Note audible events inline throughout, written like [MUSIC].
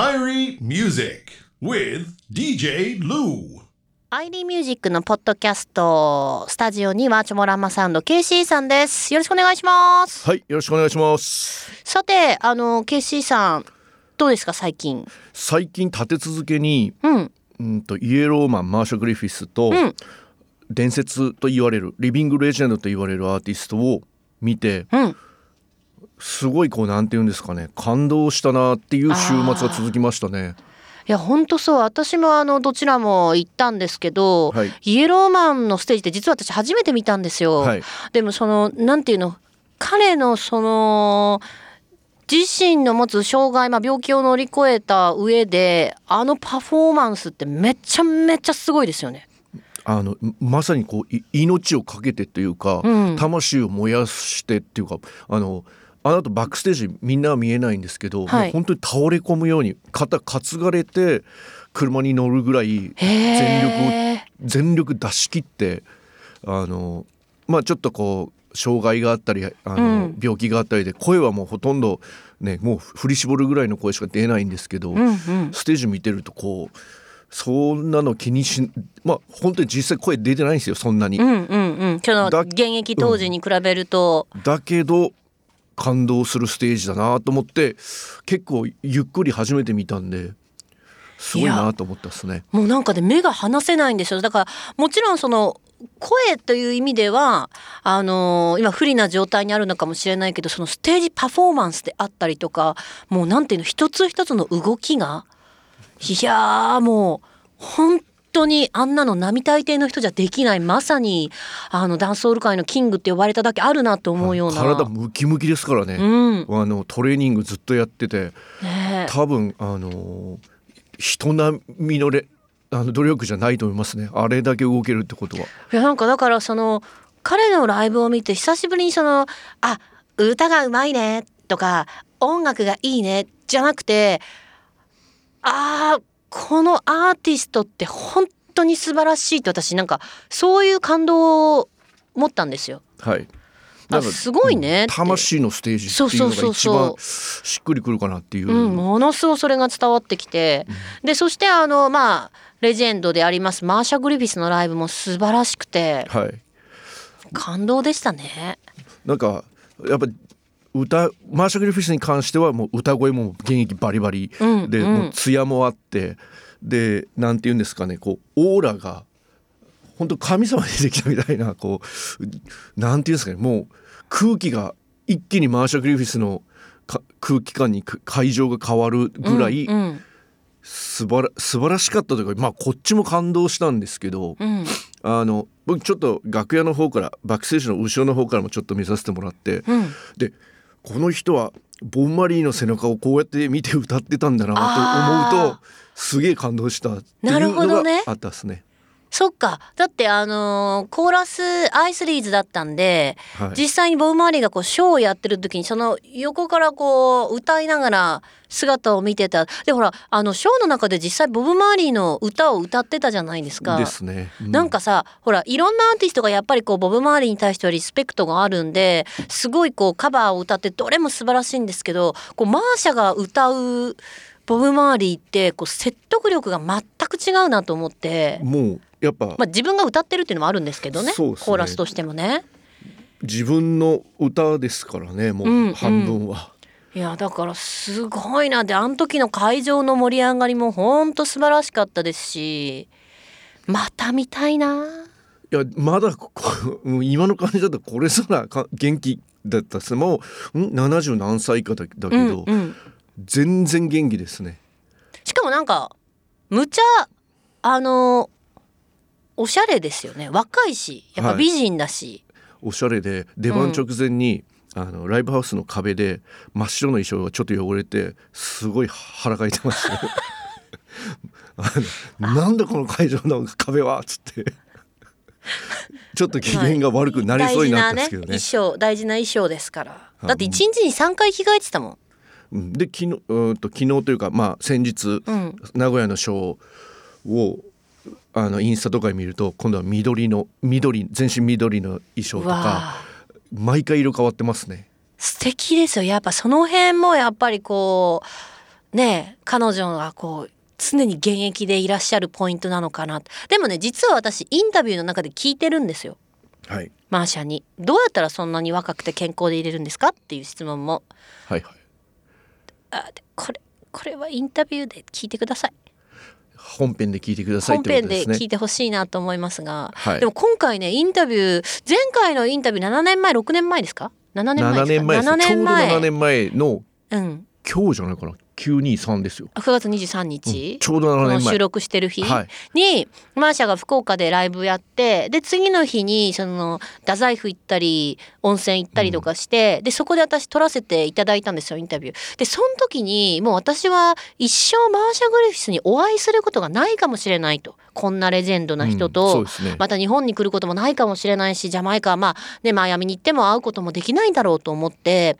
Irie Music with DJ Lou. アイリーミュージックのポッドキャストスタジオにはチョモランマサウンド KC さんですよろしくお願いしますはい、よろしくお願いします。さてあの KC さんどうですか最近最近立て続けに、うんうんとイエローマンマーシャ・グリフィスと、うん伝説と言われるリビングレジェンドと言われるアーティストを見て、うんすごいこうなんて言うんですかね、感動したなっていう週末が続きましたね。いやほんとそう私もあのどちらも行ったんですけど、はいイエローマンのステージって実は私初めて見たんですよ、はいでもそのなんていうの彼のその自身の持つ障害、まあ、病気を乗り越えた上であのパフォーマンスってめちゃめちゃすごいですよね。あのまさにこうい命を懸けてというか、うん魂を燃やしてっていうかあのあの後バックステージみんなは見えないんですけど、はいもう本当に倒れ込むように肩担がれて車に乗るぐらい全力をへー全力出し切ってあのまあちょっとこう障害があったりあの、うん病気があったりで声はもうほとんど、ね、もう振り絞るぐらいの声しか出ないんですけど、うんうん、ステージ見てるとこうそんなの気にしまあ本当に実際声出てないんですよそんなに、うんうんうんそのだ現役当時に比べると、だけど感動するステージだなと思って結構ゆっくり初めて見たんですごいいやなと思ったですねもうなんかで目が離せないんですよだからもちろんその声という意味ではあのー今不利な状態にあるのかもしれないけどそのステージパフォーマンスであったりとかもうなんていうの一つ一つの動きがいやーもう本当にあんなの並大抵の人じゃできないまさにあのダンスオール界のキングって呼ばれただけあるなと思うような。体ムキムキですからね、うんあのトレーニングずっとやっててねえ多分あの人並みのれあの努力じゃないと思いますねあれだけ動けるってことは。いやなんかだからその彼のライブを見て久しぶりにその「あ歌がうまいね」とか「音楽がいいね」じゃなくてあーこのアーティストって本当に素晴らしいって私なんかそういう感動を持ったんですよ。はいあすごいねって魂のステージっていうのが一そうそうそう番しっくりくるかなっていう、うん、ものすごくそれが伝わってきて、でそしてあのまあレジェンドでありますマーシャ・グリフィスのライブも素晴らしくてはい感動でしたね。なんかやっぱ歌マーシャ・グリフィスに関してはもう歌声も現役バリバリで、うんうんもう艶もあってでなんて言うんですかねこうオーラが本当神様出てきたみたいなこうなんて言うんですかねもう空気が一気にマーシャ・グリフィスのか空気感にく会場が変わるぐらい、うんうん素晴ら素晴らしかったというか、まあ、こっちも感動したんですけど、うんあの僕ちょっと楽屋の方からバックステージの後ろの方からもちょっと見させてもらって、うんでこの人はボン・マリーの背中をこうやって見て歌ってたんだなと思うあとすげえ感動したっていなるうほのどがねあったですね。そっかだってあのーコーラスアイスリーズだったんで、はい実際にボブ・マーリーがこうショーをやってる時にその横からこう歌いながら姿を見てたでほらあのショーの中で実際ボブ・マーリーの歌を歌ってたじゃないですか。ですね。うなんかさほらいろんなアーティストがやっぱりこうボブ・マーリーに対してはリスペクトがあるんですごいこうカバーを歌ってどれも素晴らしいんですけどこうマーシャが歌うボブ・マーリーってこう説得力が全く違うなと思って。もうやっぱまあ、自分が歌ってるっていうのもあるんですけどねそうですねコーラスとしてもね。自分の歌ですからねうんもうんう半分は。いやだからすごいなであの時の会場の盛り上がりもほんと素晴らしかったですしまた見たいないやまだここもう今の感じだとこれすらか元気だったっすもうん70何歳かだだけど、うんうん全然元気ですねしかもなんかむちゃあのおしゃれですよね若いしやっぱはい美人だし、おしゃれで出番直前に、あのライブハウスの壁で真っ白の衣装がちょっと汚れてすごい腹が痛ましたね [LAUGHS] あのなんだこの会場の壁はっつってちょっと機嫌が悪くなりそうになったんですけどね大事なね衣装大事な衣装ですからいだって一日に3回着替えてたもん、うんで昨日うーんと昨日というかまあ先日、うん名古屋のショーをあのインスタとかで見ると今度は緑の緑全身緑の衣装とうわか毎回色変わってますね。素敵ですよやっぱその辺もやっぱりこうねえ彼女がこう常に現役でいらっしゃるポイントなのかなってでもね実は私インタビューの中で聞いてるんですよはいマーシャに「どうやったらそんなに若くて健康でいれるんですか?」っていう質問もはいはいあでこれこれはインタビューで聞いてください本編で聞いてくださいっ本てこと編でですね聞いてほしいなと思いますが、はいでも今回ねインタビュー前回のインタビュー7年前6年前ですか7年前7です年か前7ですちょ年前うど7年前のうん今日じゃないかな923ですよ、あ9月23日、ちょうど7この年前収録してる日に、はいマーシャが福岡でライブやってで次の日にその太宰府行ったり温泉行ったりとかして、でそこで私撮らせていただいたんですよインタビュー。でその時にもう私は一生マーシャ・グリフィスにお会いすることがないかもしれないとこんなレジェンドな人と、うんそうですね、また日本に来ることもないかもしれないしジャマイカはまあねマイアミに行っても会うこともできないだろうと思って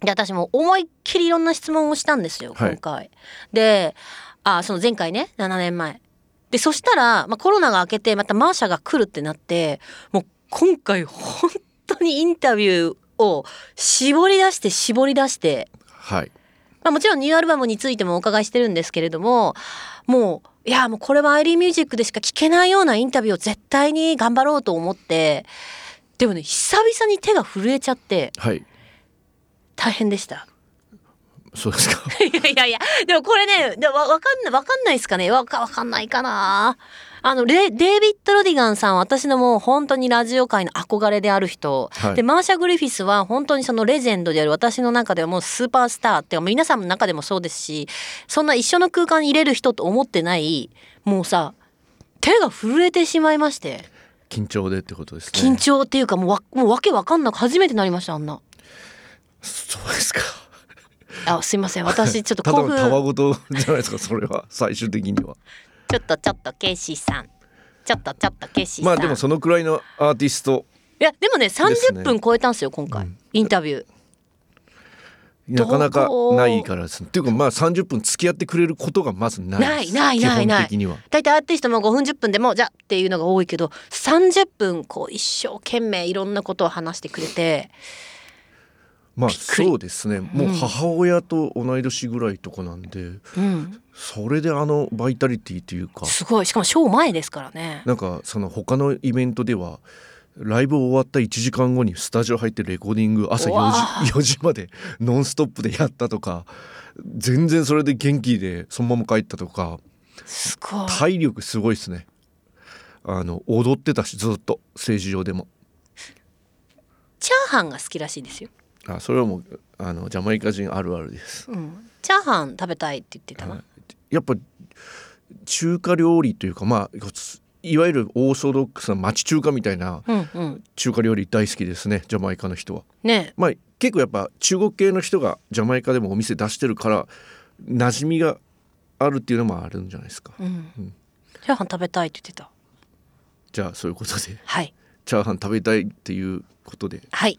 で私も思いっきりいろんな質問をしたんですよはい今回。であその前回ね7年前。でそしたら、まあ、コロナが明けてまたマーシャが来るってなってもう今回本当にインタビューを絞り出して絞り出してはいまあ、もちろんニューアルバムについてもお伺いしてるんですけれどももういやもうこれはアイリーミュージックでしか聞けないようなインタビューを絶対に頑張ろうと思ってでもね久々に手が震えちゃってはい大変でした。そうですか [LAUGHS] [LAUGHS] いやいやいやでもこれねでわわかんないわかんないですかねわかわかんないかなあのレデイビッド・ロディガンさんは私のもう本当にラジオ界の憧れである人、はいでマーシャ・グリフィスは本当にそのレジェンドである私の中ではもうスーパースターっていうか皆さんの中でもそうですしそんな一緒の空間に入れる人と思ってないもうさ手が震えてしまいまして緊張でってことですね緊張っていうかもうわもうわけわかんなく初めてなりましたあんなそうですかあすいません私ちょっとただ興のたわ奮ごとじゃないですかそれは最終的にはちょっとちょっとケイシーさんちょっとちょっとケイシーさまんあでもそのくらいのアーティストいやでもねす30ね分超えたんですよ今回、インタビューなかなかどうないからですねっていうかまあ30分付き合ってくれることがまずないですないないないない基本的には大体アーティストも5分10分でもうじゃあっていうのが多いけど30分こう一生懸命いろんなことを話してくれてまあくりそうですねもう母親と同い年ぐらいとかなんで、うんそれであのバイタリティというかすごいしかもショー前ですからねなんかその他のイベントではライブ終わった1時間後にスタジオ入ってレコーディング朝うわ4時 ,4 時までノンストップでやったとか全然それで元気でそのまま帰ったとかすごい体力すごいですねあの踊ってたしずっと政治上でもチャーハンが好きらしいですよ、あそれはもうあのジャマイカ人あるあるですうん、チャーハン食べたいって言ってたな、やっぱ中華料理というかまあいわゆるオーソドックスな町中華みたいなうんうん中華料理大好きですねジャマイカの人は。ねまあ、結構やっぱ中国系の人がジャマイカでもお店出してるから馴染みがあるっていうのもあるんじゃないですか、えうん、チャーハン食べたいって言ってたじゃあそういうことではいチャーハン食べたいっていうことではい